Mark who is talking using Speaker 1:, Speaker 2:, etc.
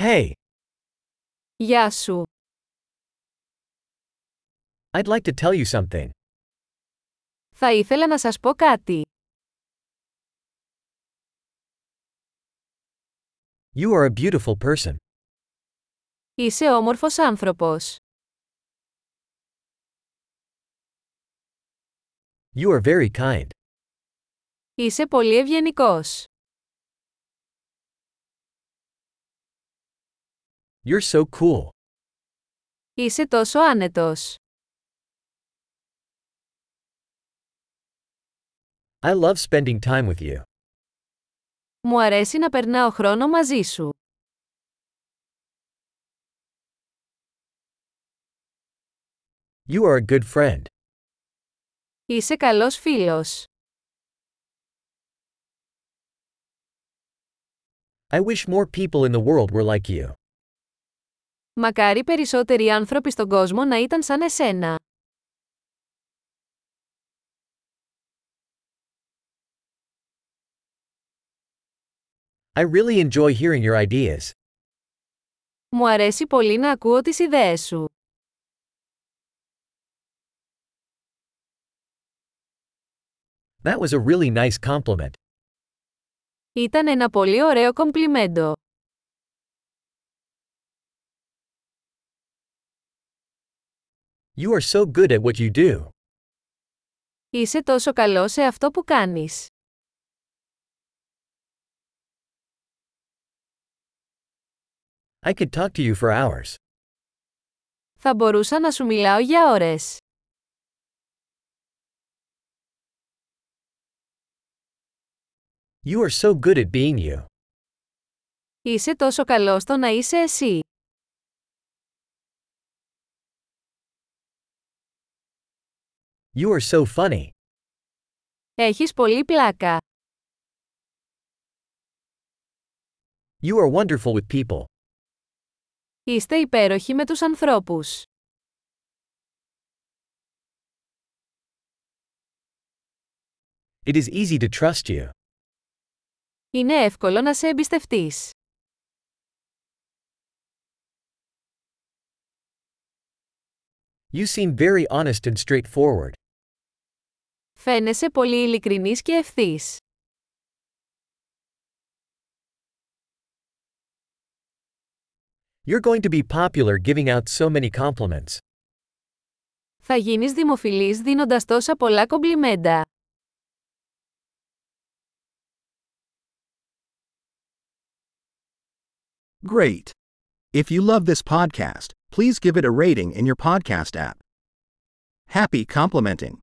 Speaker 1: Hey,
Speaker 2: Γεια σου.
Speaker 1: I'd like to tell you something.
Speaker 2: Θα ήθελα να σας πω κάτι.
Speaker 1: You are a beautiful person.
Speaker 2: Είσαι όμορφος άνθρωπος.
Speaker 1: You are very kind.
Speaker 2: Είσαι πολύ ευγενικός.
Speaker 1: You're so cool.
Speaker 2: Είσαι τόσο άνετος.
Speaker 1: I love spending time with you.
Speaker 2: Μου αρέσει να περνάω χρόνο μαζί σου.
Speaker 1: You are a good friend.
Speaker 2: Είσαι καλός φίλος.
Speaker 1: I wish more people in the world were like you.
Speaker 2: Μακάρι περισσότεροι άνθρωποι στον κόσμο να ήταν σαν εσένα.
Speaker 1: I really enjoy hearing your ideas.
Speaker 2: Μου αρέσει πολύ να ακούω τις ιδέες σου.
Speaker 1: That was a really nice compliment.
Speaker 2: Ήταν ένα πολύ ωραίο κομπλιμέντο.
Speaker 1: You are so good at what you do.
Speaker 2: Είσαι τόσο καλό σε αυτό που κάνεις.
Speaker 1: I could talk to you for hours.
Speaker 2: Θα μπορούσα να σου μιλάω για ώρες.
Speaker 1: You are so good at being you.
Speaker 2: Είσαι τόσο καλό στο να είσαι εσύ.
Speaker 1: You are so funny.
Speaker 2: Έχεις πολύ πλάκα.
Speaker 1: You are wonderful with people.
Speaker 2: Είστε υπέροχοι με τους ανθρώπους.
Speaker 1: It is easy to trust you.
Speaker 2: Είναι εύκολο να σε εμπιστευτείς.
Speaker 1: You seem very honest and straightforward.
Speaker 2: Φαίνεσαι πολύ ειλικρινής και ευθύς.
Speaker 1: You're going to be popular giving out so many compliments.
Speaker 2: Θα γίνεις δημοφιλής δίνοντας τόσα πολλά κομπλιμέντα.
Speaker 3: Great. If you love this podcast, please give it a rating in your podcast app. Happy complimenting.